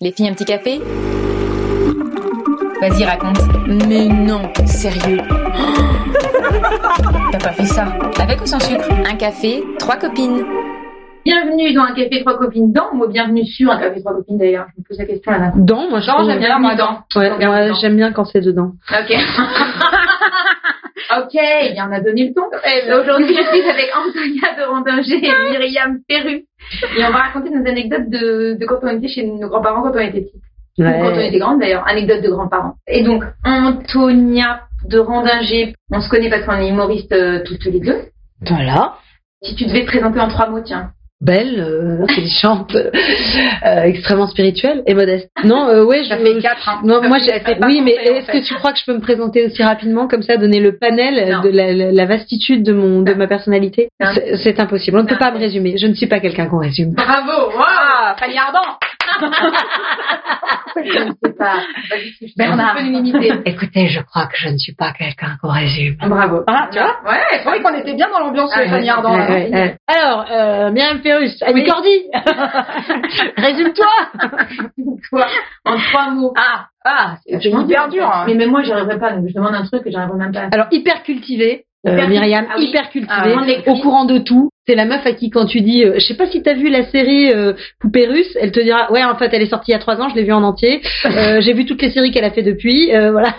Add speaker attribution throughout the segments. Speaker 1: Les filles, un petit café Vas-y, raconte.
Speaker 2: Mais non, sérieux.
Speaker 1: T'as pas fait ça. Avec ou sans sucre Un café, trois copines.
Speaker 3: Bienvenue dans un café trois copines dans, ou bienvenue sur un café trois copines d'ailleurs. Je me pose la question là. maintenant.
Speaker 2: Dans, moi je
Speaker 3: Dans,
Speaker 2: trouve-
Speaker 3: Oh, j'aime bien moi dans.
Speaker 2: Ouais,
Speaker 3: Dans,
Speaker 2: ouais,
Speaker 3: dans.
Speaker 2: j'aime bien quand c'est dedans.
Speaker 3: Ok. ok, il y en a donné le ton. Et Aujourd'hui, je suis avec Antonia de Rondinger et Myriam Perru. Et on va raconter nos anecdotes de, de quand on était chez nos grands-parents quand on était petits. Ou Quand on était grande d'ailleurs, anecdote de grands-parents. Et donc, Antonia de Rondinger, on se connaît parce qu'on est humoriste toutes les deux.
Speaker 2: Voilà.
Speaker 3: Si tu devais te présenter en trois mots, tiens.
Speaker 2: Belle, euh, intelligente, euh, extrêmement spirituelle et modeste. Non, euh, ouais, je
Speaker 3: Ça fait quatre. hein.
Speaker 2: Non,
Speaker 3: Ça
Speaker 2: moi,
Speaker 3: fait-
Speaker 2: j'ai
Speaker 3: ça fait pas
Speaker 2: oui, mais
Speaker 3: compter, en
Speaker 2: est-ce
Speaker 3: fait.
Speaker 2: que tu crois que je peux me présenter aussi rapidement comme ça, donner le panel euh,
Speaker 3: Non.
Speaker 2: de la, la- la vastitude de mon de
Speaker 3: Non.
Speaker 2: ma personnalité
Speaker 3: Non.
Speaker 2: C'est- C'est impossible. On ne
Speaker 3: Non.
Speaker 2: peut pas me résumer. Je ne suis pas quelqu'un qu'on résume.
Speaker 3: Bravo, waouh
Speaker 1: Ah, palier ardent
Speaker 3: Je ne sais pas. Vas-y, tu- je suis un
Speaker 2: Bernard.
Speaker 3: peu limiter.
Speaker 2: Écoutez, je crois que je ne suis pas quelqu'un qu'on résume.
Speaker 3: Bravo.
Speaker 1: Ah, tu vois
Speaker 3: Ouais, je croyais qu'on était bien dans l'ambiance
Speaker 1: Ah, ouais,
Speaker 3: Fanny Ardant.
Speaker 2: Ouais, ouais,
Speaker 3: là.
Speaker 2: ouais. Alors, euh, Myriam Ferrus, Annie
Speaker 3: Oui.
Speaker 2: Cordy, résume-toi.
Speaker 3: Quoi En trois mots.
Speaker 2: Ah, ah,
Speaker 3: Je m'en dis, hein. Mais même moi, j'y arriverai pas. Donc, je demande un truc et j'y arriverai même pas.
Speaker 2: Alors hyper cultivée, euh,
Speaker 3: Hyper cultivée,
Speaker 2: Myriam,
Speaker 3: ah oui.
Speaker 2: hyper
Speaker 3: Ah,
Speaker 2: cultivée,
Speaker 3: vraiment de l'écrit.
Speaker 2: au courant de tout. C'est la meuf à qui quand tu dis, euh, je sais pas si t'as vu la série euh, Poupée Russe, elle te dira, ouais en fait elle est sortie il y a trois ans, je l'ai vue en entier, Euh, j'ai vu toutes les séries qu'elle a fait depuis, euh, voilà.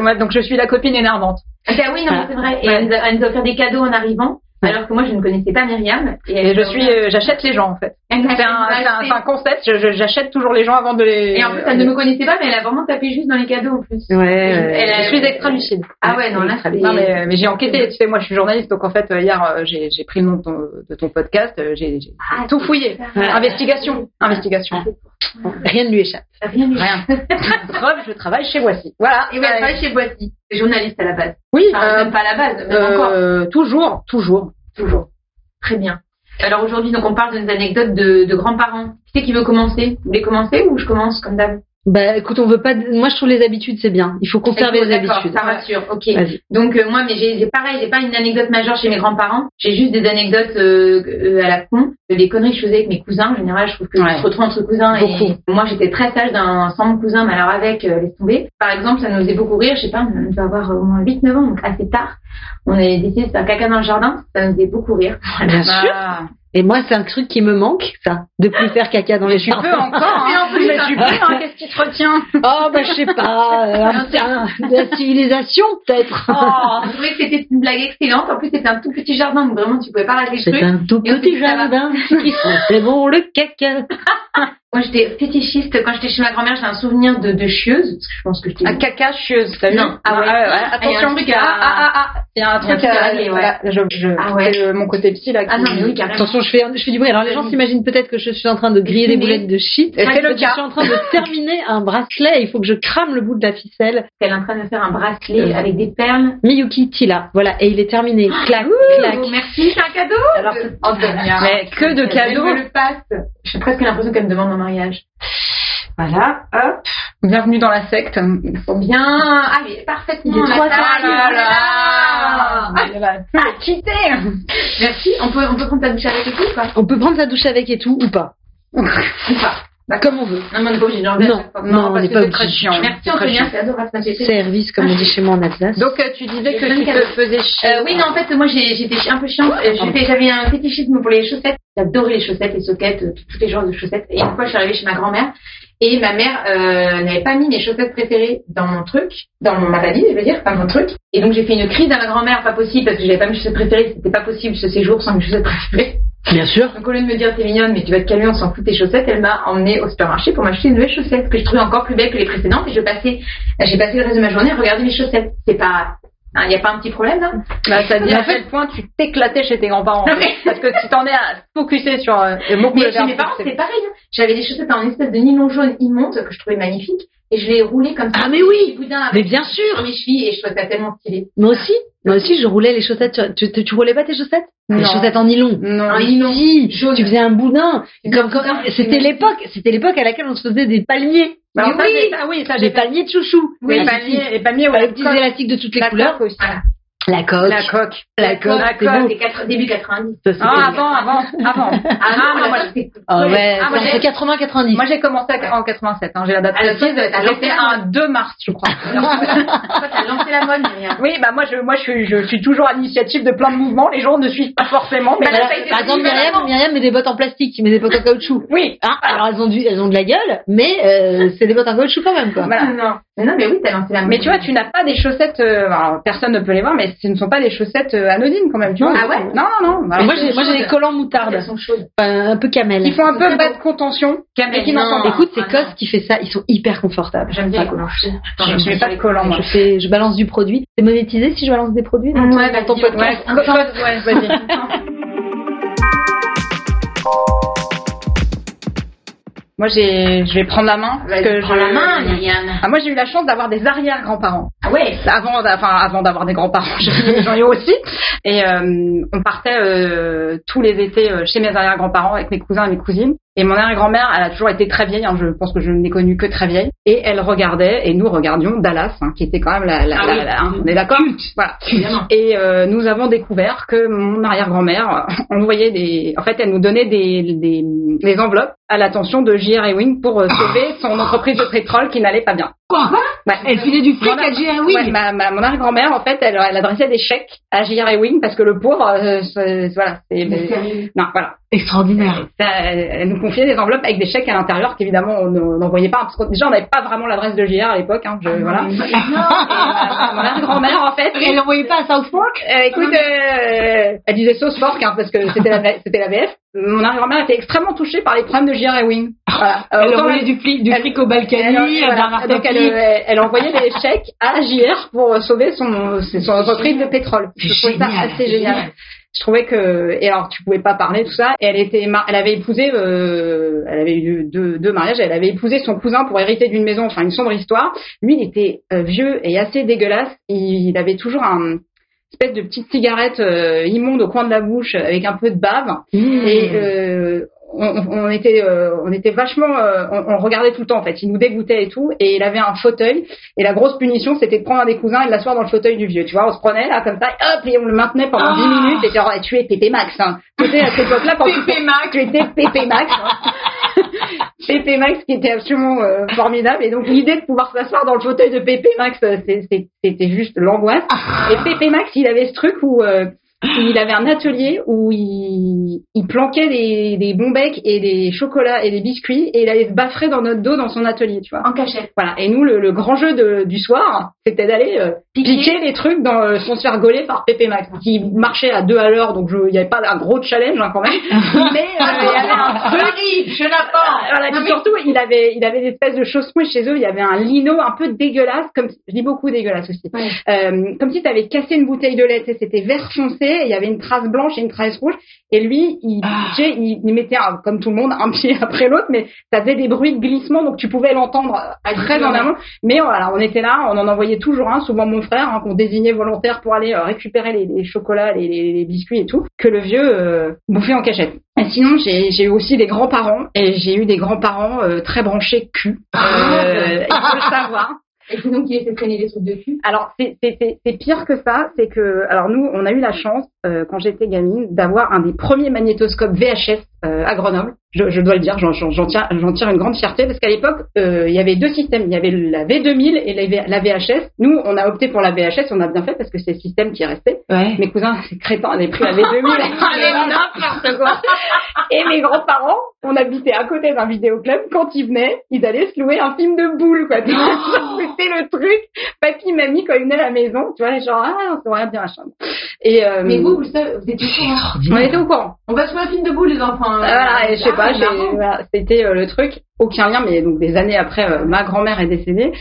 Speaker 4: Moi, donc je suis la copine énervante.
Speaker 3: Ah oui, non, mais c'est vrai. Et
Speaker 4: Ouais.
Speaker 3: elle nous, a, elle nous a offert des cadeaux en arrivant.
Speaker 2: Ouais.
Speaker 3: Alors que moi, je ne connaissais pas Myriam.
Speaker 4: Et je suis, euh, j'achète les gens en fait.
Speaker 3: Elle m'a
Speaker 4: C'est un,
Speaker 3: fait-
Speaker 4: c'est un, c'est un concept. je- je- J'achète toujours les gens avant de les.
Speaker 3: Et en plus, elle ne me connaissait pas, mais elle a vraiment tapé juste dans les cadeaux en plus.
Speaker 2: Ouais,
Speaker 3: Elle a-
Speaker 4: Euh, Je suis extra lucide.
Speaker 3: Ah ouais, non, là, c'est-
Speaker 4: Non mais, mais j'ai enquêté. Tu sais, moi je suis journaliste, donc en fait euh, hier euh, j'ai j'ai pris le nom de ton, de ton podcast. euh, J'ai j'ai
Speaker 3: Ah,
Speaker 4: tout
Speaker 3: c'est
Speaker 4: fouillé.
Speaker 3: ça.
Speaker 4: Investigation, investigation.
Speaker 2: rien ne lui échappe.
Speaker 3: Rien du tout.
Speaker 4: Rien. Preuve, je travaille chez Voici. Voilà.
Speaker 3: Et ouais, elle travaille chez Boissy. C'est journaliste à la base.
Speaker 4: Oui.
Speaker 3: Enfin,
Speaker 4: euh,
Speaker 3: même pas à la base, mais encore.
Speaker 4: euh, toujours, toujours.
Speaker 3: Toujours. Très bien. Alors aujourd'hui, donc on parle de nos anecdotes de, de grands-parents. Qui c'est qui veut commencer Vous voulez commencer ou je commence comme d'hab
Speaker 2: Bah écoute, on veut pas, de- moi je trouve les habitudes c'est bien, il faut conserver
Speaker 3: D'accord,
Speaker 2: les habitudes.
Speaker 3: Ça rassure. Ok.
Speaker 2: Vas-y.
Speaker 3: Donc euh, moi, mais j'ai j'ai- pareil, j'ai pas une anecdote majeure chez mes grands-parents. J'ai juste des anecdotes euh, euh, à la con, les conneries que je faisais avec mes cousins. En général, je trouve que
Speaker 4: Ouais.
Speaker 3: on se retrouve entre cousins.
Speaker 4: Beaucoup.
Speaker 3: Et moi, j'étais très sage d'un sans mon cousin, mais alors avec euh, laisse tomber. Par exemple, ça nous faisait beaucoup rire. Je sais pas, on devait avoir au moins 8-9 ans, donc assez tard. On avait décidé de faire caca dans le jardin. Ça nous faisait beaucoup rire. Voilà.
Speaker 4: Ah,
Speaker 2: Bien sûr. Et moi c'est un truc qui me manque, ça, de plus faire caca dans les
Speaker 4: Tu
Speaker 2: jardins.
Speaker 4: peux encore. hein.
Speaker 3: Mais en plus,
Speaker 4: Mais tu peux. hein, Qu'est-ce qui te retient
Speaker 2: Oh bah je sais pas, euh, un petit- un- de la civilisation peut-être.
Speaker 4: Oh.
Speaker 3: Je trouvais que c'était une blague excellente. En plus, c'était un tout petit jardin, donc vraiment, tu pouvais pas rater le
Speaker 2: C'est
Speaker 3: truc.
Speaker 2: un tout
Speaker 3: Et on
Speaker 2: petit
Speaker 3: dit, ça va.
Speaker 2: jardin qui sent très bon le caca.
Speaker 3: Moi, j'étais fétichiste. Quand j'étais chez ma grand-mère, j'ai un souvenir de, de chieuse. Parce que je pense que je t'ai
Speaker 4: Un
Speaker 3: dit.
Speaker 4: caca chieuse, t'as vu
Speaker 3: Non. Ah ouais. Ah, il y a
Speaker 4: Attention,
Speaker 3: un truc
Speaker 4: ah,
Speaker 3: à-
Speaker 4: ah, ah, ah, il y a un
Speaker 3: Il y a un
Speaker 4: truc
Speaker 3: truc à
Speaker 4: à...
Speaker 3: régler, ouais.
Speaker 4: voilà, je, je,
Speaker 3: Ah ouais.
Speaker 4: c'est le- mon côté psy, là. Qui...
Speaker 3: Ah non, mais oui, carrément.
Speaker 2: Attention, je fais, je fais du bruit. Alors les gens s'imaginent peut-être que je suis en train de griller des
Speaker 3: Mais-
Speaker 2: boulettes de shit.
Speaker 4: Et c'est
Speaker 2: Parce
Speaker 4: le
Speaker 2: que
Speaker 4: cas.
Speaker 2: Je suis en train de terminer un bracelet. et Il faut que je crame le bout de la ficelle.
Speaker 3: Elle est en train de faire un bracelet
Speaker 2: Euh.
Speaker 3: avec des perles.
Speaker 2: Miyuki Tila. Voilà. Et il est terminé. Clac, clac.
Speaker 3: Oh, merci, c'est un cadeau.
Speaker 4: Alors,
Speaker 3: Euh,
Speaker 4: Antonia. Mais que de
Speaker 3: elle
Speaker 4: cadeaux.
Speaker 3: me le passe. J'ai presque l'impression qu'elle me demande en mariage.
Speaker 4: Voilà, hop. Bienvenue dans la secte.
Speaker 3: Bon, bien. Allez, Ah, parfaitement.
Speaker 2: Il est
Speaker 3: la
Speaker 2: trois
Speaker 3: taille,
Speaker 2: tailles,
Speaker 3: voilà. Ah,
Speaker 4: Ah, quittez
Speaker 3: Merci. On peut, on peut prendre ta douche avec et tout, quoi.
Speaker 2: On peut prendre sa douche avec et tout ou pas.
Speaker 3: Ou pas.
Speaker 2: Comme on veut.
Speaker 3: Non, mais on est pas obligé de l'enlever à
Speaker 2: Non,
Speaker 3: chaque fois.
Speaker 2: non, on
Speaker 4: parce
Speaker 2: n'est
Speaker 4: que
Speaker 2: pas
Speaker 4: c'est très
Speaker 2: obligé.
Speaker 4: chiant.
Speaker 3: Merci,
Speaker 4: c'est très
Speaker 3: Antonia.
Speaker 4: chiant.
Speaker 3: C'est adorable. ça me fait plaisir.
Speaker 2: Service, comme on dit chez moi en Alsace.
Speaker 4: Donc, euh, tu disais que
Speaker 3: Et
Speaker 4: tu
Speaker 3: bonne cadeau.
Speaker 4: te faisais chier.
Speaker 3: Euh, oui, non, en fait, moi, j'ai- j'étais un peu chiante. Euh, j'ai fait- J'avais un fétichisme pour les chaussettes. J'adorais les chaussettes, les soquettes, euh, tout- tous les genres de chaussettes. Et une fois, je suis arrivée chez ma grand-mère et ma mère euh, n'avait pas mis mes chaussettes préférées dans mon truc, dans mon- ma valise, je veux dire, pas mon truc. Et donc, j'ai fait une crise à ma grand-mère, pas possible, parce que j'avais pas mes chaussettes préférées. C'était pas possible ce séjour sans mes chaussettes préférées.
Speaker 2: Bien sûr.
Speaker 3: Donc, au lieu de me dire, t'es mignonne, mais tu vas te calmer, on s'en fout de tes chaussettes, elle m'a emmenée au supermarché pour m'acheter une nouvelle chaussette que je trouvais encore plus belle que les précédentes. Et je passais, j'ai passé le reste de ma journée à regarder mes chaussettes. C'est pas, il n'y a pas un petit problème, hein. là?
Speaker 4: Bah, ça dit
Speaker 2: Mais en
Speaker 4: à quel point tu t'éclatais chez tes grands-parents.
Speaker 3: Non, mais-
Speaker 4: Parce que tu t'en es à focuser sur euh, le mot que
Speaker 3: Mais
Speaker 4: le
Speaker 3: chez
Speaker 4: verbe
Speaker 3: mes parents,
Speaker 4: fixer.
Speaker 3: c'était pareil. hein. J'avais des chaussettes en espèce de nylon jaune immonde que je trouvais magnifique et je les roulais comme ça.
Speaker 2: Ah, mais oui
Speaker 3: Des boudins
Speaker 2: Mais
Speaker 3: avec
Speaker 2: bien sûr.
Speaker 3: sur mes chevilles et je trouvais ça tellement stylé.
Speaker 2: Moi aussi. Moi aussi, je roulais les chaussettes. sur- Tu, tu, tu roulais pas tes chaussettes Les
Speaker 4: Non.
Speaker 2: chaussettes en nylon. Ah,
Speaker 4: Non.
Speaker 3: Un nylon
Speaker 2: Si,
Speaker 3: jaune.
Speaker 2: tu faisais un boudin. Comme, comme-
Speaker 3: boudin,
Speaker 2: c'était
Speaker 3: c'est-
Speaker 2: l'époque, c'était l'époque à laquelle on se faisait des palmiers.
Speaker 4: Bah,
Speaker 2: Mais
Speaker 4: ça,
Speaker 2: oui,
Speaker 4: j'ai- Ah oui, ça,
Speaker 2: des
Speaker 4: j'ai
Speaker 2: palmiers de chouchou.
Speaker 4: Oui,
Speaker 2: Ah,
Speaker 4: les
Speaker 2: si, si.
Speaker 4: palmiers, les palmiers, ouais,
Speaker 2: Avec des
Speaker 4: comme-
Speaker 2: élastiques de toutes les
Speaker 4: la
Speaker 2: couleurs.
Speaker 4: coque aussi.
Speaker 3: Voilà.
Speaker 2: La coque.
Speaker 4: La coque.
Speaker 2: La coque,
Speaker 3: La
Speaker 2: c'est beau.
Speaker 3: c'est quatre- début 90.
Speaker 2: Ça, c'était-
Speaker 4: Ah, avant, avant, avant.
Speaker 3: Ah,
Speaker 4: Ah,
Speaker 3: non,
Speaker 4: moi,
Speaker 3: moi,
Speaker 4: je-
Speaker 3: c'était cool.
Speaker 2: Ah ouais,
Speaker 4: Ah,
Speaker 2: c'est
Speaker 4: moi, j'ai-
Speaker 2: entre 80 90.
Speaker 4: Moi, j'ai commencé à- en 87. Hein, j'ai la date
Speaker 3: Ah, le
Speaker 4: précise.
Speaker 3: fait, t'as
Speaker 4: J'ai
Speaker 3: lancé
Speaker 4: fait
Speaker 3: la
Speaker 4: un 2 mars, je crois.
Speaker 3: Toi, t'as lancé la mode, Myriam.
Speaker 4: Oui, bah moi, je, moi, je suis, je suis toujours à l'initiative de plein de mouvements. Les gens ne suivent pas forcément, mais
Speaker 3: Bah,
Speaker 4: là,
Speaker 2: Alors,
Speaker 4: ça a été
Speaker 2: par exemple,
Speaker 4: suivi
Speaker 2: Myriam,
Speaker 4: vraiment.
Speaker 2: Myriam met des bottes en plastique, met des bottes en caoutchouc.
Speaker 4: Oui.
Speaker 2: Hein alors elles ont du, elles ont de la gueule, mais euh, c'est des bottes en caoutchouc quand même quoi.
Speaker 4: Voilà.
Speaker 3: Ah, Non. Mais non, mais Ah, oui, t'as lancé la mode.
Speaker 4: Mais tu vois, tu n'as pas des chaussettes. euh, alors, personne ne peut les voir, mais ce ne sont pas des chaussettes euh, anodines quand même. Tu vois
Speaker 3: Ah ouais
Speaker 4: Non, non, non.
Speaker 2: Mais
Speaker 4: Alors,
Speaker 2: moi j'ai, moi j'ai des collants
Speaker 3: Elles
Speaker 2: moutarde,
Speaker 3: sont chaudes.
Speaker 2: enfin, un peu camel.
Speaker 4: qui font un peu le bas de contention.
Speaker 3: Camel,
Speaker 4: et
Speaker 5: Eh
Speaker 4: qui
Speaker 3: non.
Speaker 4: n'entendent
Speaker 2: Écoute, c'est
Speaker 3: Ah,
Speaker 2: Cos
Speaker 3: non.
Speaker 2: qui fait ça, ils sont hyper confortables.
Speaker 3: J'aime bien les collants.
Speaker 4: pas. Ah, Je ne mets pas de collant, moi.
Speaker 2: Je fais, je balance du produit. C'est monétisé si je balance des produits dans ton-
Speaker 3: Ouais, bah,
Speaker 2: dans ton
Speaker 3: dis-
Speaker 2: podcast.
Speaker 4: Ouais, co- co- ouais, vas-y. Moi, j'ai, je vais prendre la main. Parce que
Speaker 3: Vas-y, prends
Speaker 4: je-
Speaker 3: la main, Myriam.
Speaker 4: Ah, moi, j'ai eu la chance d'avoir des arrière-grands-parents.
Speaker 3: Ah ouais.
Speaker 4: Avant, d'a- enfin, avant d'avoir des grands-parents, j'en j'en ai eu aussi. Et euh, on partait euh, tous les étés euh, chez mes arrière-grands-parents avec mes cousins et mes cousines. Et mon arrière-grand-mère, elle a toujours été très vieille. hein, je pense que je ne l'ai connue que très vieille. Et elle regardait, et nous regardions Dallas, hein, qui était quand même la... la,
Speaker 3: Ah
Speaker 4: la-
Speaker 3: oui.
Speaker 4: la- hein, on est d'accord Voilà.
Speaker 3: Évidemment.
Speaker 4: Et euh, nous avons découvert que mon arrière-grand-mère envoyait des... En fait, elle nous donnait des, des, des enveloppes à l'attention de J.R. Ewing pour euh, sauver son entreprise de pétrole qui n'allait pas bien.
Speaker 5: Quoi
Speaker 4: Ouais.
Speaker 5: Elle filait du fric
Speaker 4: Voilà.
Speaker 5: à J.R.
Speaker 4: Ouais,
Speaker 5: Wing.
Speaker 4: ma, ma- mon arrière-grand-mère, en fait, elle, elle adressait des chèques à J.R. Ewing parce que le pauvre, euh, c'est- voilà, c'est...
Speaker 3: Mais sérieux.
Speaker 4: Non, voilà.
Speaker 5: Extraordinaire.
Speaker 4: Ça, elle, elle nous confiait des enveloppes avec des chèques à l'intérieur qu'évidemment on ne- n'envoyait pas parce que déjà on n'avait pas vraiment l'adresse de J.R. à l'époque. Hein, je-
Speaker 5: Ah,
Speaker 4: voilà.
Speaker 3: Non,
Speaker 4: Et, euh, mon arrière-grand-mère, en fait,
Speaker 5: Elle l'envoyait pas à South Park
Speaker 4: Euh, écoute, euh, elle disait sauce fork hein, parce que c'était la, c'était la VF. Mon arrière-grand-mère était extrêmement touchée par les problèmes de J.R. Ewing. Voilà. Euh,
Speaker 5: Elle
Speaker 4: autant
Speaker 5: envoyait du flic- du
Speaker 4: elle-
Speaker 5: fric au
Speaker 4: elle-
Speaker 5: Balkany, à
Speaker 4: voilà.
Speaker 5: Bernard
Speaker 4: Donc elle,
Speaker 5: Tapie.
Speaker 4: euh, elle envoyait des chèques à JR pour euh, sauver son, son entreprise de pétrole. Je trouvais ça
Speaker 5: Génial.
Speaker 4: assez génial. Je trouvais que et alors tu pouvais pas parler tout ça. Et elle était, mar- elle avait épousé, euh, elle avait eu deux, deux mariages. Elle avait épousé son cousin pour hériter d'une maison. Enfin une sombre histoire. Lui il était euh, vieux et assez dégueulasse. Il, il avait toujours un espèce de petite cigarette euh, immonde au coin de la bouche avec un peu de bave
Speaker 5: Mmh.
Speaker 4: et euh, on, on était euh, on était vachement euh, on, on le regardait tout le temps en fait il nous dégoûtait et tout et il avait un fauteuil et la grosse punition c'était de prendre un des cousins et de l'asseoir dans le fauteuil du vieux tu vois on se prenait là comme ça hop et on le maintenait pendant
Speaker 5: Ah.
Speaker 4: 10 minutes et genre Ah, tu es Pépé Max hein. c'était à cette époque là quand tu,
Speaker 5: Pépé Mac.
Speaker 4: tu étais Pépé Max hein. Pépé Max qui était absolument euh, formidable et donc l'idée de pouvoir s'asseoir dans le fauteuil de Pépé Max euh, c'est- c'est- c'était juste l'angoisse
Speaker 5: Ah.
Speaker 4: et Pépé Max, il avait ce truc où euh, il avait un atelier où il, il planquait des, des bons becs et des chocolats et des biscuits et il allait se baffrer dans notre dos dans son atelier, tu vois.
Speaker 3: En cachette.
Speaker 4: Voilà. Et nous, le, le grand jeu de- du soir, c'était d'aller euh,
Speaker 3: Piquer.
Speaker 4: piquer les trucs dans, euh, sans se faire gauler par Pépé Max, qui marchait à deux à l'heure, donc je- il n'y avait pas un gros challenge hein, quand même. Mais euh, il y avait un truc
Speaker 3: je n'apporte.
Speaker 4: Euh, voilà, puis surtout, il avait, il avait des espèces de chaussons et chez eux, il y avait un lino un peu dégueulasse, comme je dis beaucoup dégueulasse aussi.
Speaker 3: Ouais.
Speaker 4: Euh, comme si tu avais cassé une bouteille de lait, tu sais, c'était vert foncé, et il y avait une trace blanche et une trace rouge. Et lui, il, pitchait, il, il mettait, un- comme tout le monde, un pied après l'autre, mais ça faisait des bruits de glissement, donc tu pouvais l'entendre euh, très en amont. Mais voilà, on était là, on en envoyait toujours un, souvent mon frère, hein, qu'on désignait volontaire pour aller euh, récupérer les, les chocolats, les, les- les biscuits et tout, que le vieux euh, bouffait en cachette. Et sinon, j'ai j'ai eu aussi des grands-parents, et j'ai eu des grands-parents euh, très branchés cul. Euh, il faut le savoir.
Speaker 3: Et c'est donc qu'il essaie de traîner des trucs de cul.
Speaker 4: Alors, c'est- c'est c'est- c'est pire que ça, c'est que, alors nous, on a eu la chance, euh, quand j'étais gamine, d'avoir un des premiers magnétoscopes VHS euh, à Grenoble. Je, je dois le dire, j'en- j'en j'en tire, j'en tire une grande fierté, parce qu'à l'époque, euh, il y avait deux systèmes. Il y avait la V2000 et la, V- la VHS. Nous, on a opté pour la VHS, on a bien fait, parce que c'est le système qui restait.
Speaker 5: Ouais.
Speaker 4: Mes cousins, c'est crétin, avaient pris la V2000.
Speaker 5: n'importe quoi.
Speaker 4: et mes grands-parents, on habitait à côté d'un vidéoclub, quand ils venaient, ils allaient se louer un film de boule, quoi. C'était le truc. Papy, mamie, quand ils venaient à la maison, tu vois, genre, ah, on saurait bien la chambre. Et, euh,
Speaker 3: Mais vous, vous le savez, vous êtes au courant.
Speaker 4: on était au courant.
Speaker 3: On va se faire un film de boule, les enfants.
Speaker 4: Ah, voilà, et je sais
Speaker 3: Ah,
Speaker 4: pas,
Speaker 3: c'est
Speaker 4: j'ai-
Speaker 3: marrant.
Speaker 4: voilà, c'était euh, le truc, aucun lien, mais donc des années après, euh, ma grand-mère est décédée.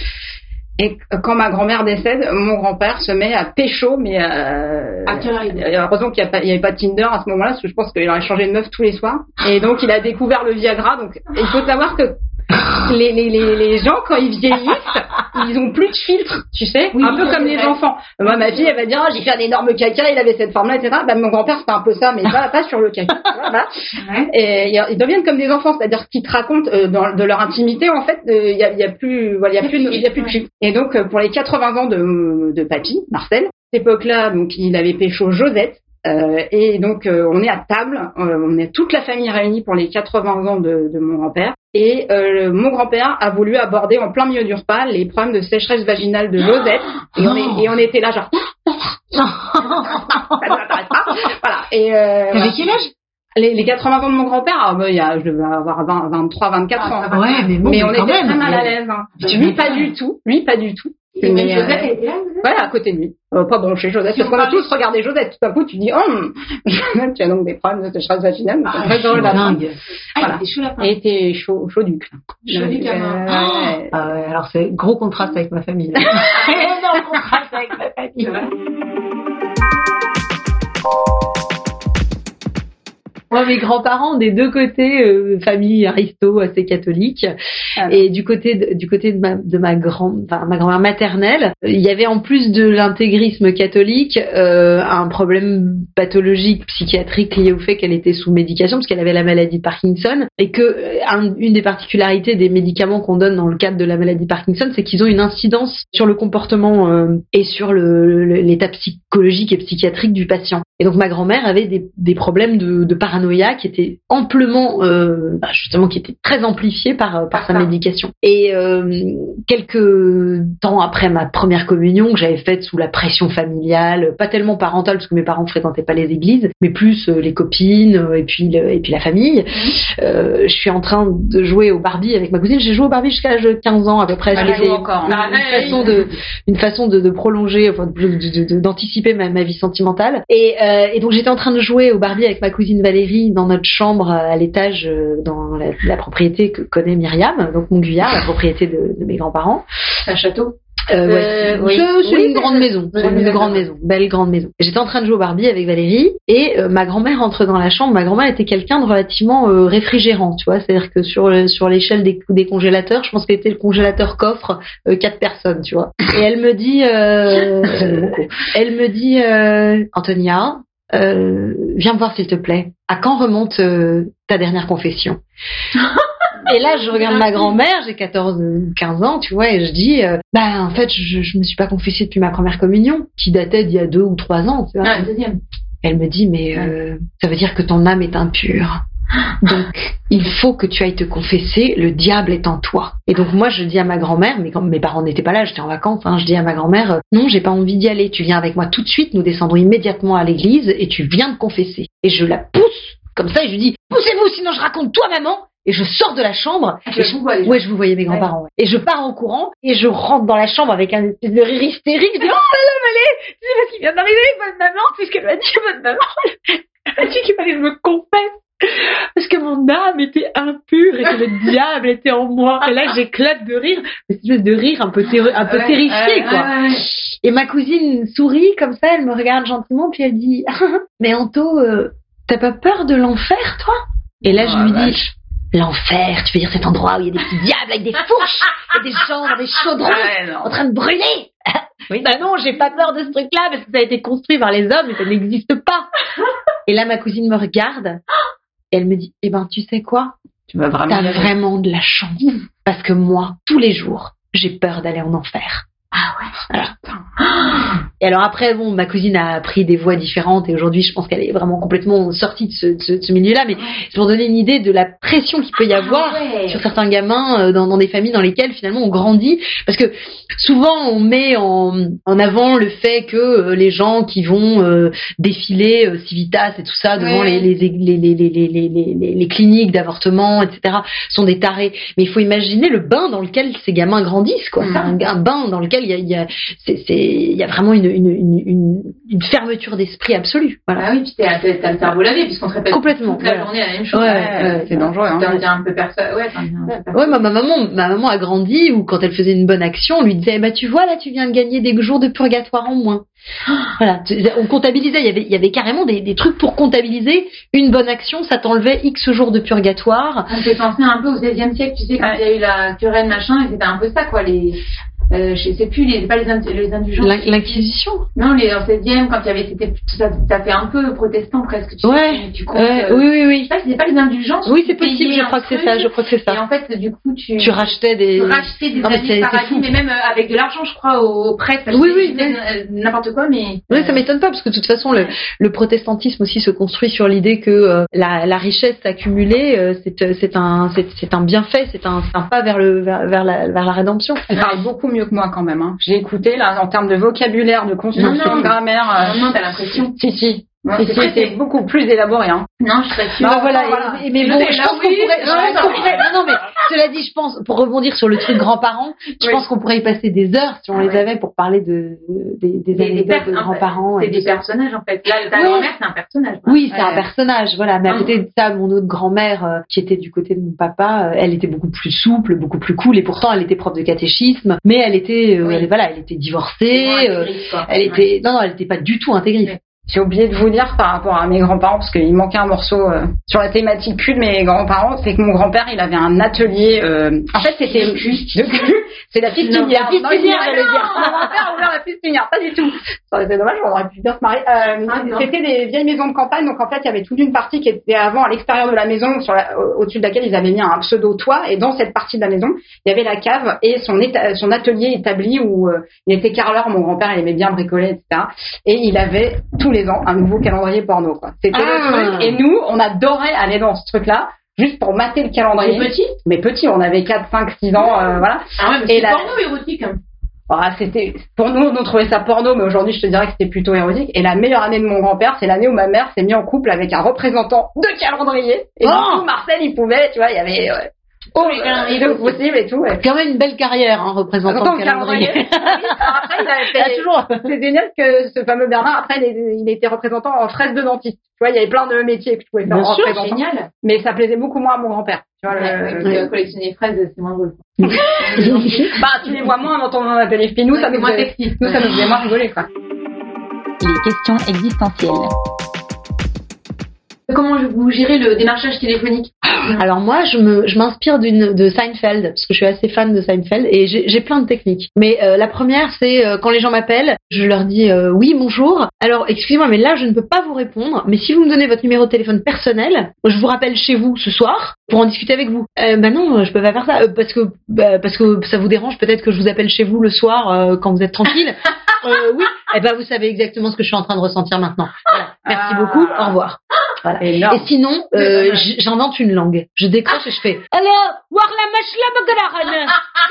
Speaker 4: Et euh, quand ma grand-mère décède, mon grand-père se met à pécho, mais euh,
Speaker 3: À quelle heure il est
Speaker 4: et Heureusement qu'il n'y avait pas Tinder à ce moment-là, parce que je pense qu'il aurait changé de meuf tous les soirs. Et donc, il a découvert le Viagra. Donc, il faut savoir que les, les, les, les gens, quand ils vieillissent, ils ont plus de filtre, tu sais,
Speaker 3: Oui,
Speaker 4: un peu
Speaker 3: oui,
Speaker 4: comme
Speaker 3: c'est
Speaker 4: les
Speaker 3: vrai.
Speaker 4: enfants. Moi, ma fille, elle va dire, Ah, j'ai fait un énorme caca, il avait cette forme-là, etc. Bah, mon grand-père, c'était un peu ça, mais pas, pas sur le caca. tu vois, voilà.
Speaker 3: Ouais.
Speaker 4: Et ils ils deviennent comme des enfants, c'est-à-dire qu'ils te racontent euh, dans- de leur intimité, en fait, euh, il y, a, il y a plus, voilà, il y a plus, de- il y a plus de filtre. Et donc, euh, pour les 80 ans de, de papy, Marcel, cette époque-là, donc, il avait pécho Josette. Euh, et donc euh, on est à table, euh, on est toute la famille réunie pour les 80 ans de, de mon grand-père. Et euh, le- mon grand-père a voulu aborder en plein milieu du repas les problèmes de sécheresse vaginale de Josette. Et on, est- et on était là genre ça ne m'intéresse pas. voilà. Et euh, voilà.
Speaker 5: T'avais quel âge
Speaker 4: les, les 80 ans de mon grand-père, ah, bah, il y a, je devais avoir 20, 23, 24 ans.
Speaker 5: Ah, Ouais, mais bon,
Speaker 4: mais on
Speaker 5: quand
Speaker 4: était
Speaker 5: même.
Speaker 4: très mal à l'aise. hein.
Speaker 5: Mais tu
Speaker 4: Lui
Speaker 5: m'étonnes.
Speaker 4: pas du tout, lui pas du tout.
Speaker 3: Et même
Speaker 4: Mais,
Speaker 3: Joseph,
Speaker 4: euh,
Speaker 3: elle était là, hein. Joseph
Speaker 4: Voilà, à côté de lui. Euh, pas bon chez Josette.
Speaker 5: Si
Speaker 4: Parce
Speaker 5: on
Speaker 4: qu'on a
Speaker 5: parlait-
Speaker 4: tous regardé Josette. Tout à coup, tu dis, hum, tu as donc des problèmes de sécheresse vaginale.
Speaker 5: Ah,
Speaker 4: C'est très drôle à prendre.
Speaker 5: dingue.
Speaker 3: Ah,
Speaker 4: voilà.
Speaker 3: il était chaud lapin.
Speaker 4: Et t'es chaud, chaud du cul.
Speaker 3: Chaud du
Speaker 4: Donc,
Speaker 3: cul, hein.
Speaker 5: Ah,
Speaker 4: ouais.
Speaker 5: Ah ouais, alors c'est gros contraste avec ma famille. Énorme contraste avec ma famille.
Speaker 2: Moi, mes grands-parents, des deux côtés, euh, famille aristo assez catholique,
Speaker 4: Alors.
Speaker 2: et du côté de, du côté de ma de ma grand enfin, ma grand-mère maternelle, euh, il y avait en plus de l'intégrisme catholique euh, un problème pathologique psychiatrique lié au fait qu'elle était sous médication parce qu'elle avait la maladie de Parkinson et que euh, un- une des particularités des médicaments qu'on donne dans le cadre de la maladie de Parkinson, c'est qu'ils ont une incidence sur le comportement euh, et sur le- le- l'état psychologique et psychiatrique du patient. Et donc ma grand-mère avait des, des problèmes de, de paranoïa qui étaient amplement, euh, bah, justement, qui étaient très amplifiés par, euh, par
Speaker 3: Par
Speaker 2: sa
Speaker 3: ça.
Speaker 2: médication. Et euh, quelques temps après ma première communion que j'avais faite sous la pression familiale, pas tellement parentale parce que mes parents fréquentaient pas les églises, mais plus euh, les copines euh, et puis le- et puis la famille. Euh, je suis en train de jouer au Barbie avec ma cousine. J'ai joué au Barbie jusqu'à l'âge de 15 ans à peu près.
Speaker 4: Elle
Speaker 2: C'était
Speaker 4: joue encore, hein.
Speaker 2: une- une
Speaker 3: Ah, oui.
Speaker 2: façon de une façon de, de prolonger, enfin, de- de- de- d'anticiper ma, ma vie sentimentale. Et, euh, et donc j'étais en train de jouer au Barbie avec ma cousine Valérie dans notre chambre euh, à l'étage euh, dans la, la propriété que connaît Myriam, donc Montguillard, la propriété de, de mes grands-parents.
Speaker 3: C'est un château.
Speaker 2: Euh, ouais,
Speaker 3: Euh,
Speaker 2: c'est-
Speaker 3: oui.
Speaker 2: c'est- c'est
Speaker 3: Oui,
Speaker 2: une
Speaker 3: c'est-
Speaker 2: grande maison, c'est
Speaker 3: Oui,
Speaker 2: une
Speaker 3: oui,
Speaker 2: grande
Speaker 3: oui.
Speaker 2: maison, belle grande maison. J'étais en train de jouer au Barbie avec Valérie et euh, ma grand-mère entre dans la chambre. Ma grand-mère était quelqu'un de relativement euh, réfrigérant, tu vois, c'est-à-dire que sur le- sur l'échelle des, des congélateurs, je pense qu'elle était le congélateur coffre euh, quatre personnes, tu vois. Et elle me dit, euh, euh, elle me dit, euh, Antonia, euh, viens me voir s'il te plaît. À quand remonte euh, ta dernière confession Et là, je regarde ma grand-mère, j'ai 14 ou 15 ans, tu vois, et je dis, euh, bah en fait, je, je me suis pas confessée depuis ma première communion, qui datait d'il y a deux ou trois ans. Tu vois.
Speaker 3: Ah, le deuxième.
Speaker 2: Elle me dit, mais euh, ça veut dire que ton âme est impure. Donc, il faut que tu ailles te confesser, le diable est en toi. Et donc, moi, je dis à ma grand-mère, mais quand mes parents n'étaient pas là, j'étais en vacances, hein, je dis à ma grand-mère, euh, non, j'ai pas envie d'y aller, tu viens avec moi tout de suite, nous descendons immédiatement à l'église et tu viens te confesser. Et je la pousse, comme ça, et je lui dis, poussez-vous, sinon je raconte toi, maman, et je sors de la chambre,
Speaker 3: Ah,
Speaker 2: et
Speaker 3: tu
Speaker 2: je
Speaker 3: je vous vois les gens.
Speaker 2: Ouais, je vous voyais mes grands-parents. ouais. Et je pars en courant et je rentre dans la chambre avec un espèce de rire hystérique. Je dis Oh, madame, allez, c'est parce qu'il vient d'arriver, votre maman, puisqu'elle m'a dit, votre maman, elle m'a dit qu'il fallait que je me confesse. Parce que mon âme était impure et que le diable était en moi. Et là, j'éclate de rire, mais c'est une espèce de rire un peu, terri- un peu
Speaker 3: Ouais,
Speaker 2: terrifié,
Speaker 3: ouais,
Speaker 2: quoi.
Speaker 3: ouais, ouais.
Speaker 2: Et ma cousine sourit comme ça, elle me regarde gentiment, puis elle dit Mais Anto, euh, t'as pas peur de l'enfer, toi Et là, je
Speaker 4: Oh,
Speaker 2: lui
Speaker 4: la
Speaker 2: dis L'enfer, tu veux dire cet endroit où il y a des petits diables avec des fourches et des gens dans des chaudrons en train de brûler
Speaker 4: Oui.
Speaker 2: Bah non, j'ai pas peur de ce truc-là parce que ça a été construit par les hommes et ça n'existe pas. et là, ma cousine me regarde et elle me dit Eh ben, tu sais quoi
Speaker 4: Tu vas vraiment.
Speaker 2: T'as vraiment de la chance. Parce que moi, tous les jours, j'ai peur d'aller en enfer. Ah ouais. Et alors après, bon, ma cousine a pris des voies différentes et aujourd'hui, je pense qu'elle est vraiment complètement sortie de ce, de ce- de ce milieu-là. Mais c'est pour donner une idée de la pression qu'il peut y avoir
Speaker 3: Ah, Ouais.
Speaker 2: sur certains gamins euh, dans, dans des familles dans lesquelles finalement on grandit parce que souvent on met en, en avant le fait que euh, les gens qui vont euh, défiler euh, civitas et tout ça devant les,
Speaker 3: Ouais.
Speaker 2: les, les, les, les, les, les, les- les- les cliniques d'avortement etc sont des tarés mais il faut imaginer le bain dans lequel ces gamins grandissent quoi
Speaker 4: Mhm.
Speaker 2: C'est un, un bain dans lequel lequel il y a, il y a- c'est- c'est- il y a vraiment une, une, une, une, une fermeture d'esprit absolue. Voilà.
Speaker 3: Ah oui, puis t'es- t'es- t'as le cerveau lavé, puisqu'on te répète toute
Speaker 2: Complètement.
Speaker 3: la
Speaker 2: voilà.
Speaker 3: journée la même chose.
Speaker 2: Ouais,
Speaker 4: Ouais, c'est dangereux. hein.
Speaker 3: T'en deviens un peu perso. Ouais, t'en deviens un peu perso.
Speaker 2: Ouais, ma, ma maman, ma maman a grandi où quand elle faisait une bonne action, on lui disait, eh ben, tu vois, là, tu viens de gagner des jours de purgatoire en moins. Voilà. tu- On comptabilisait, il y avait, il y avait carrément des, des trucs pour comptabiliser une bonne action, ça t'enlevait X jours de purgatoire.
Speaker 3: On fait penser un peu au XVIe siècle, tu sais, quand il y a eu la querelle, machin, et c'était un peu ça, quoi, les, euh, je sais plus, les, pas les, ind- les indulgences.
Speaker 2: L'in- L'inquisition.
Speaker 3: Non, les en 16e, quand il y avait, c'était, ça, ça fait un peu protestant presque, tu
Speaker 2: Ouais,
Speaker 3: sais, tu comptes,
Speaker 2: Ouais,
Speaker 3: euh,
Speaker 2: oui, oui,
Speaker 3: je sais
Speaker 2: oui.
Speaker 3: pas, c'était pas les indulgences.
Speaker 2: Oui, c'est
Speaker 3: tu payais
Speaker 2: possible, je
Speaker 3: un
Speaker 2: crois que c'est
Speaker 3: truc,
Speaker 2: ça, je crois que c'est
Speaker 3: Et
Speaker 2: ça.
Speaker 3: en fait, du coup, tu,
Speaker 2: Tu rachetais
Speaker 3: tu
Speaker 2: des.
Speaker 3: rachetais des
Speaker 2: euh, Non, mais
Speaker 3: années
Speaker 2: c'est- c'est
Speaker 3: de paradis,
Speaker 2: fou.
Speaker 3: mais même euh, avec de l'argent, je crois, aux, aux prêtres. parce
Speaker 2: Oui,
Speaker 3: que
Speaker 2: oui,
Speaker 3: c'était, euh, n'importe quoi, mais. euh,
Speaker 2: Oui, ça m'étonne pas parce que de toute façon le, le protestantisme aussi se construit sur l'idée que euh, la, la richesse accumulée euh, c'est euh, c'est un c'est c'est un bienfait, c'est un, c'est un pas vers le vers, vers la vers la rédemption.
Speaker 4: Elle parle beaucoup mieux que moi quand même. Hein. J'ai écouté là en termes de vocabulaire, de construction,
Speaker 3: Non, non.
Speaker 4: de grammaire. euh,
Speaker 3: Maintenant, t'as l'impression.
Speaker 4: Si si.
Speaker 3: Non,
Speaker 4: Si,
Speaker 3: c'est
Speaker 4: si,
Speaker 3: très-
Speaker 4: c'est beaucoup plus élaboré. Hein.
Speaker 3: Non, je serais sûre.
Speaker 4: Bah,
Speaker 2: voilà,
Speaker 4: voilà.
Speaker 2: et- et- mais
Speaker 3: Et
Speaker 2: bon,
Speaker 3: là,
Speaker 2: je
Speaker 3: là,
Speaker 2: pense qu'on
Speaker 3: oui,
Speaker 2: pourrait, je
Speaker 3: non,
Speaker 2: pense
Speaker 3: non.
Speaker 2: qu'on pourrait- non, non, mais cela dit, je pense, pour rebondir sur le truc grands-parents, je
Speaker 3: Oui.
Speaker 2: pense qu'on pourrait y passer des heures si on
Speaker 3: Ah
Speaker 2: les
Speaker 3: ouais.
Speaker 2: avait pour parler de, des, des
Speaker 3: Des- des
Speaker 2: anecdotes de
Speaker 3: personnes, en fait.
Speaker 2: grands-parents.
Speaker 3: C'est
Speaker 2: et
Speaker 3: des
Speaker 2: de-
Speaker 3: personnages, en fait. Là, ta
Speaker 2: Oui.
Speaker 3: grand-mère, c'est un personnage. quoi.
Speaker 2: Oui, c'est un
Speaker 4: Ouais.
Speaker 2: personnage, voilà. Mais à
Speaker 3: Hein.
Speaker 2: côté de ça, mon autre grand-mère, euh, qui était du côté de mon papa, euh, elle était beaucoup plus souple, beaucoup plus cool, et pourtant elle était prof de catéchisme, mais elle était, euh,
Speaker 3: Oui.
Speaker 2: elle- voilà, elle était divorcée, euh,
Speaker 3: C'est vraiment intégriste, quoi.
Speaker 2: elle
Speaker 3: Ouais.
Speaker 2: était, non, non, elle était pas du tout intégriste.
Speaker 4: J'ai oublié de vous dire par rapport à mes grands-parents, parce qu'il manquait un morceau euh, sur la thématique cul de mes grands-parents, c'est que mon grand-père, il avait un atelier... euh, En fait, c'était...
Speaker 3: De cul.
Speaker 4: De cul C'est la
Speaker 3: Non,
Speaker 4: pistinière.
Speaker 3: la pistinière,
Speaker 4: Non,
Speaker 3: non.
Speaker 4: j'allais dire. Mon grand-père a ouvert la pistinière, pas du tout. Ça aurait été dommage, on aurait pu bien se marier. Euh,
Speaker 3: Ah, non.
Speaker 4: c'était des vieilles maisons de campagne, donc en fait, il y avait toute une partie qui était avant à l'extérieur de la maison, sur la- au- au-dessus de laquelle ils avaient mis un pseudo-toit, et dans cette partie de la maison, il y avait la cave et son, éta- son atelier établi où euh, il était carreleur, mon grand-père, il aimait bien bricoler, etc. Et il avait tous les ans un nouveau calendrier porno. quoi. C'était
Speaker 2: Ah.
Speaker 4: le truc. Et nous, on adorait aller dans ce truc-là, juste pour mater le calendrier.
Speaker 3: Les petits
Speaker 4: Mais petit, on avait 4, 5, 6 ans, euh, voilà.
Speaker 3: Ah ouais, mais
Speaker 4: Et
Speaker 3: c'est
Speaker 4: la-
Speaker 3: porno érotique. hein.
Speaker 4: Ah, c'était pour nous, on trouvait ça porno, mais aujourd'hui, je te dirais que c'était plutôt érotique. Et la meilleure année de mon grand-père, c'est l'année où ma mère s'est mise en couple avec un représentant de calendrier. Et du
Speaker 2: Oh
Speaker 4: coup, Marcel, il pouvait, tu vois, il y avait euh,
Speaker 3: Oh, les
Speaker 4: euh,
Speaker 3: calendriers
Speaker 4: le possible et tout. ouais.
Speaker 2: Quand même une belle carrière, hein, représentant
Speaker 4: Représentant
Speaker 2: le
Speaker 4: de
Speaker 2: calendrier.
Speaker 4: calendrier. Alors après, il avait
Speaker 2: Elle a
Speaker 4: fait-
Speaker 2: toujours.
Speaker 4: C'est génial que ce fameux Bernard, après, il est- il était représentant en fraise de dentiste. Tu vois, il y avait plein de métiers que tu pouvais faire
Speaker 2: Bien
Speaker 4: en
Speaker 2: sûr,
Speaker 4: représentant.
Speaker 3: Génial.
Speaker 4: Mais ça plaisait beaucoup moins à mon grand-père. Tu vois, le-
Speaker 3: Ouais, ouais, que Collectionner les fraises, c'est moins drôle.
Speaker 4: Bah, tu les vois moins dans ton appeler. Puis nous, ça
Speaker 3: c'est
Speaker 4: nous
Speaker 3: moins
Speaker 4: faisait-
Speaker 3: sexy.
Speaker 4: nous, ça nous faisait moins rigoler, quoi.
Speaker 1: Les questions existentielles.
Speaker 3: Comment je- vous gérez le démarchage téléphonique
Speaker 2: Alors moi, je me, je m'inspire d'une de Seinfeld parce que je suis assez fan de Seinfeld et j'ai j'ai plein de techniques. Mais euh, la première, c'est euh, quand les gens m'appellent, je leur dis euh, oui bonjour. Alors excusez-moi, mais là je ne peux pas vous répondre. Mais si vous me donnez votre numéro de téléphone personnel, je vous rappelle chez vous ce soir pour en discuter avec vous. Euh, bah non, je peux pas faire ça euh, parce que bah, parce que ça vous dérange peut-être que je vous appelle chez vous le soir euh, quand vous êtes tranquille. Euh, oui. Eh ben vous savez exactement ce que je suis en train de ressentir maintenant. Voilà. Merci
Speaker 4: Ah.
Speaker 2: beaucoup. Au revoir.
Speaker 4: Énorme.
Speaker 3: Ah.
Speaker 2: Et sinon, euh, j- j'invente une langue. Je décroche et je fais Alors, warla mashla bagarahana,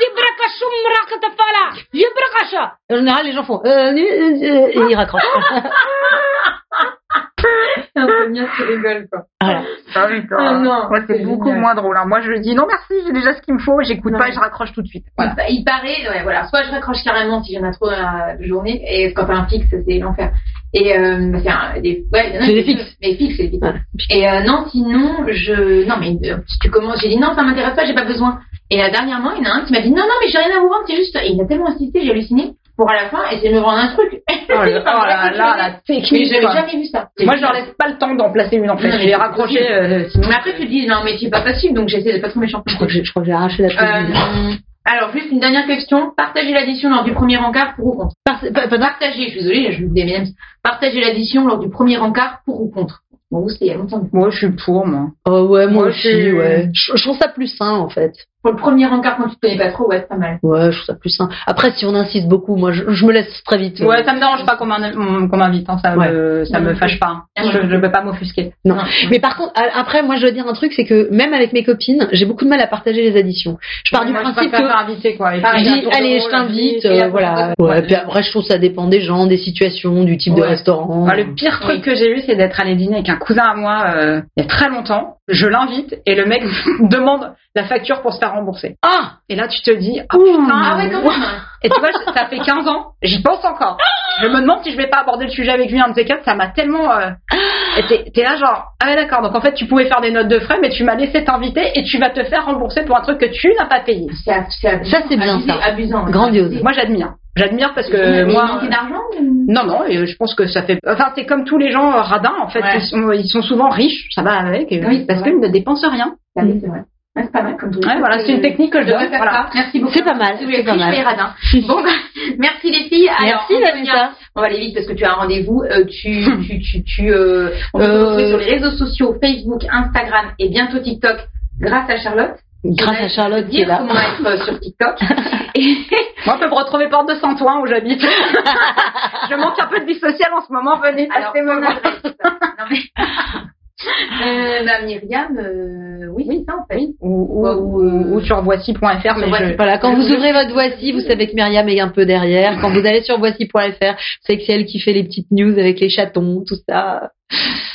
Speaker 2: ibrakashum rakatafala, ibrakasha. En général, les gens font euh, euh, euh, et ils raccrochent.
Speaker 3: C'est un peu mignon, tu rigoles, quoi.
Speaker 4: Ah oui, toi,
Speaker 3: Ah non,
Speaker 4: ouais, c'est
Speaker 3: c'est
Speaker 4: beaucoup
Speaker 3: génial.
Speaker 4: moins drôle. hein. Moi, je dis non, merci, j'ai déjà ce qu'il me faut, j'écoute
Speaker 3: Non.
Speaker 4: pas et je raccroche tout de suite. Voilà.
Speaker 3: Bah, Il, il paraît, ouais, voilà, soit je raccroche carrément si j'en ai trop dans la journée, et quand t'as un fixe, c'est l'enfer. Et euh, c'est un, des, ouais, non,
Speaker 2: C'est des fixes.
Speaker 3: Mais fixe, c'est fixe.
Speaker 2: Ouais.
Speaker 3: Et euh, non, sinon, je, non mais euh, si tu commences, j'ai dit non, ça m'intéresse pas, j'ai pas besoin. Et la dernièrement, il y en a un qui m'a dit non, non, mais j'ai rien à vous vendre, c'est juste, et il a tellement insisté, j'ai halluciné pour à la fin essayer de me vendre un truc.
Speaker 4: Oh là là, là, la
Speaker 3: Mais
Speaker 4: technique.
Speaker 3: j'avais
Speaker 4: quoi.
Speaker 3: jamais vu ça.
Speaker 4: Moi, je leur laisse pas le temps d'en placer une en fait.
Speaker 3: Non,
Speaker 4: Je les
Speaker 3: mais-
Speaker 4: raccroche. euh, sinon-
Speaker 3: Mais après, tu te dis non, mais c'est pas facile, donc j'essaie de pas trop méchant.
Speaker 2: Je crois que j'ai- je crois que j'ai arraché la chose.
Speaker 3: Euh, alors, juste une dernière question. Partager l'addition lors du premier encart pour ou contre
Speaker 2: Parce- pa- pardon
Speaker 3: Partager, je suis désolée, je vous des mêmes. Partager l'addition lors du premier encart pour ou contre Bon, vous, c'était il y a longtemps.
Speaker 4: Moi, je suis pour moi.
Speaker 2: Oh ouais, moi
Speaker 4: Moi,
Speaker 2: aussi,
Speaker 4: je-
Speaker 2: ouais. Je, je trouve ça plus sain en fait.
Speaker 3: Pour le premier encart, quand tu te connais pas trop, ouais, c'est pas mal.
Speaker 2: Ouais, je trouve ça plus sain. Après, si on insiste beaucoup, moi, je, je me laisse très vite. euh,
Speaker 4: Ouais, ça me dérange pas qu'on m'in- qu'on m'invite, hein, ça,
Speaker 2: Ouais.
Speaker 4: me, ça me
Speaker 3: Mhm.
Speaker 4: fâche pas. hein.
Speaker 3: Mhm.
Speaker 4: Je ne peux pas m'offusquer.
Speaker 2: Non. Mais par contre, a- après, moi, je veux dire un truc, c'est que même avec mes copines, j'ai beaucoup de mal à partager les additions. Je pars du
Speaker 4: Moi,
Speaker 2: principe
Speaker 4: je préfère
Speaker 2: que
Speaker 4: inviter, quoi. Et
Speaker 2: Je
Speaker 4: puis,
Speaker 2: dis,
Speaker 4: il y a un tour de
Speaker 2: allez,
Speaker 4: rôle,
Speaker 2: je t'invite,
Speaker 4: et
Speaker 2: euh,
Speaker 4: la
Speaker 2: voilà.
Speaker 4: photo de-
Speaker 2: Ouais, puis après, je trouve que ça dépend des gens, des situations, du type de
Speaker 4: Ouais.
Speaker 2: restaurant.
Speaker 4: Enfin, le pire truc que j'ai eu, c'est d'être allé dîner avec un cousin à moi euh, il y a très longtemps. Je l'invite et le mec demande la facture pour se faire rembourser.
Speaker 2: Ah
Speaker 4: Et là, tu te dis, ah
Speaker 2: Ouh.
Speaker 4: putain,
Speaker 3: Ah ouais, quand même.
Speaker 4: et tu vois, ça fait 15 ans, j'y pense encore. Je me demande si je vais pas aborder le sujet avec lui un de ces quatre, ça m'a tellement. euh, et T'es t'es là genre, ah ouais d'accord, donc en fait tu pouvais faire des notes de frais, mais tu m'as laissé t'inviter et tu vas te faire rembourser pour un truc que tu n'as pas payé.
Speaker 3: C'est ab- c'est abusant.
Speaker 2: Ça, c'est bien,
Speaker 3: Abusé,
Speaker 2: ça.
Speaker 3: Ah, Abusant.
Speaker 2: Grandiose.
Speaker 4: Moi j'admire, j'admire parce que
Speaker 3: Que
Speaker 4: moi. euh,
Speaker 3: moi, d'argent. ou-
Speaker 4: Non, non, et je pense que ça fait. Enfin, c'est comme tous les gens euh, radins, en fait.
Speaker 3: Ouais.
Speaker 4: Ils, sont, ils sont souvent riches, ça va avec, et-
Speaker 3: Oui, c'est
Speaker 4: parce
Speaker 3: vrai.
Speaker 4: qu'ils ne dépensent rien.
Speaker 3: Ah oui, c'est vrai. Ouais, c'est pas mal comme truc.
Speaker 4: Ouais, voilà, c'est une technique que je
Speaker 3: euh, Je devrais
Speaker 4: donne,
Speaker 3: faire
Speaker 4: voilà.
Speaker 3: ça. Merci beaucoup.
Speaker 2: C'est pas mal,
Speaker 3: Si vous voulez
Speaker 2: c'est pas
Speaker 3: être riche,
Speaker 2: mal.
Speaker 3: soyez radin. Bon, bah, merci les filles. Alors,
Speaker 2: Merci
Speaker 3: on va venir-
Speaker 2: Vanessa.
Speaker 3: On va aller vite parce que tu as un rendez-vous. Euh, tu, tu, tu, tu, euh, on peut te
Speaker 2: Euh,
Speaker 3: retrouver sur les réseaux sociaux, Facebook, Instagram et bientôt TikTok grâce à Charlotte.
Speaker 2: Grâce
Speaker 3: Vanessa,
Speaker 2: à Charlotte qui est
Speaker 3: Dire
Speaker 2: là.
Speaker 3: comment être euh, sur TikTok. Et-
Speaker 4: Moi, on peut me retrouver porte de Saint-Ouen où j'habite. je manque un peu de vie sociale en ce moment, venez
Speaker 3: Alors,
Speaker 4: passer me
Speaker 3: ton
Speaker 4: voir.
Speaker 3: adresse. Non, mais... euh, bah, Myriam, euh, oui, c'est ça en fait.
Speaker 4: Ou, ou,
Speaker 3: ou-
Speaker 4: ou- ou sur voici.fr, mais
Speaker 3: Sur
Speaker 4: je-
Speaker 3: voici.
Speaker 2: Voilà, quand vous ouvrez votre voici, vous savez que Myriam est un peu derrière. Quand vous allez sur voici.fr, vous savez que c'est elle qui fait les petites news avec les chatons, tout ça,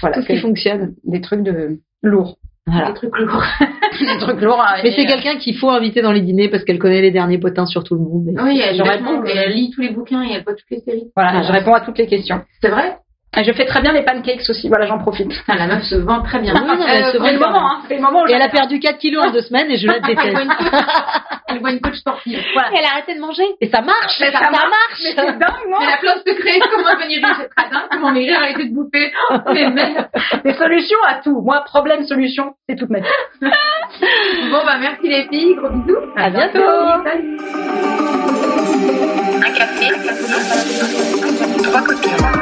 Speaker 4: voilà,
Speaker 2: tout ce qui fonctionne.
Speaker 4: des trucs de lourds.
Speaker 2: Voilà.
Speaker 3: Des trucs lourds.
Speaker 4: des trucs lourds. hein,
Speaker 2: Mais
Speaker 4: et-
Speaker 2: c'est quelqu'un qu'il faut inviter dans les dîners parce qu'elle connaît les derniers potins sur tout le monde. Et-
Speaker 3: Oui, elle,
Speaker 4: Je
Speaker 3: répond,
Speaker 4: réponds,
Speaker 3: et elle lit tous les bouquins et elle voit toutes les séries.
Speaker 4: Voilà, je réponds à toutes les questions.
Speaker 3: C'est vrai
Speaker 4: Et je fais très bien les pancakes aussi, voilà, j'en profite.
Speaker 3: Putain, La meuf se vend très bien.
Speaker 2: Oui, non, mais elle se
Speaker 3: Euh,
Speaker 4: c'est
Speaker 2: vend
Speaker 4: le
Speaker 2: bien.
Speaker 4: moment, hein, c'est le moment où
Speaker 2: Et elle a
Speaker 4: j'arrête.
Speaker 2: perdu 4 kilos en deux semaines et je
Speaker 4: Ah,
Speaker 2: la
Speaker 3: Elle voit
Speaker 2: déteste.
Speaker 3: une coach, elle voit une coach sportive. Voilà.
Speaker 2: Elle a arrêté de manger et ça marche,
Speaker 4: Mais
Speaker 2: ça,
Speaker 4: ça
Speaker 2: ça
Speaker 4: marche,
Speaker 2: marche.
Speaker 4: Mais c'est dingue, non
Speaker 3: Mais la plante secrète, comment devenir riche et radin, comment maigrir, arrêter de bouffer. Mais merde.
Speaker 4: Des solutions à tout. Moi, problème, solution, c'est toute ma vie.
Speaker 3: Bon, bah, merci les filles, gros bisous.
Speaker 2: À bientôt.
Speaker 3: Salut.
Speaker 1: Un café, trois copies.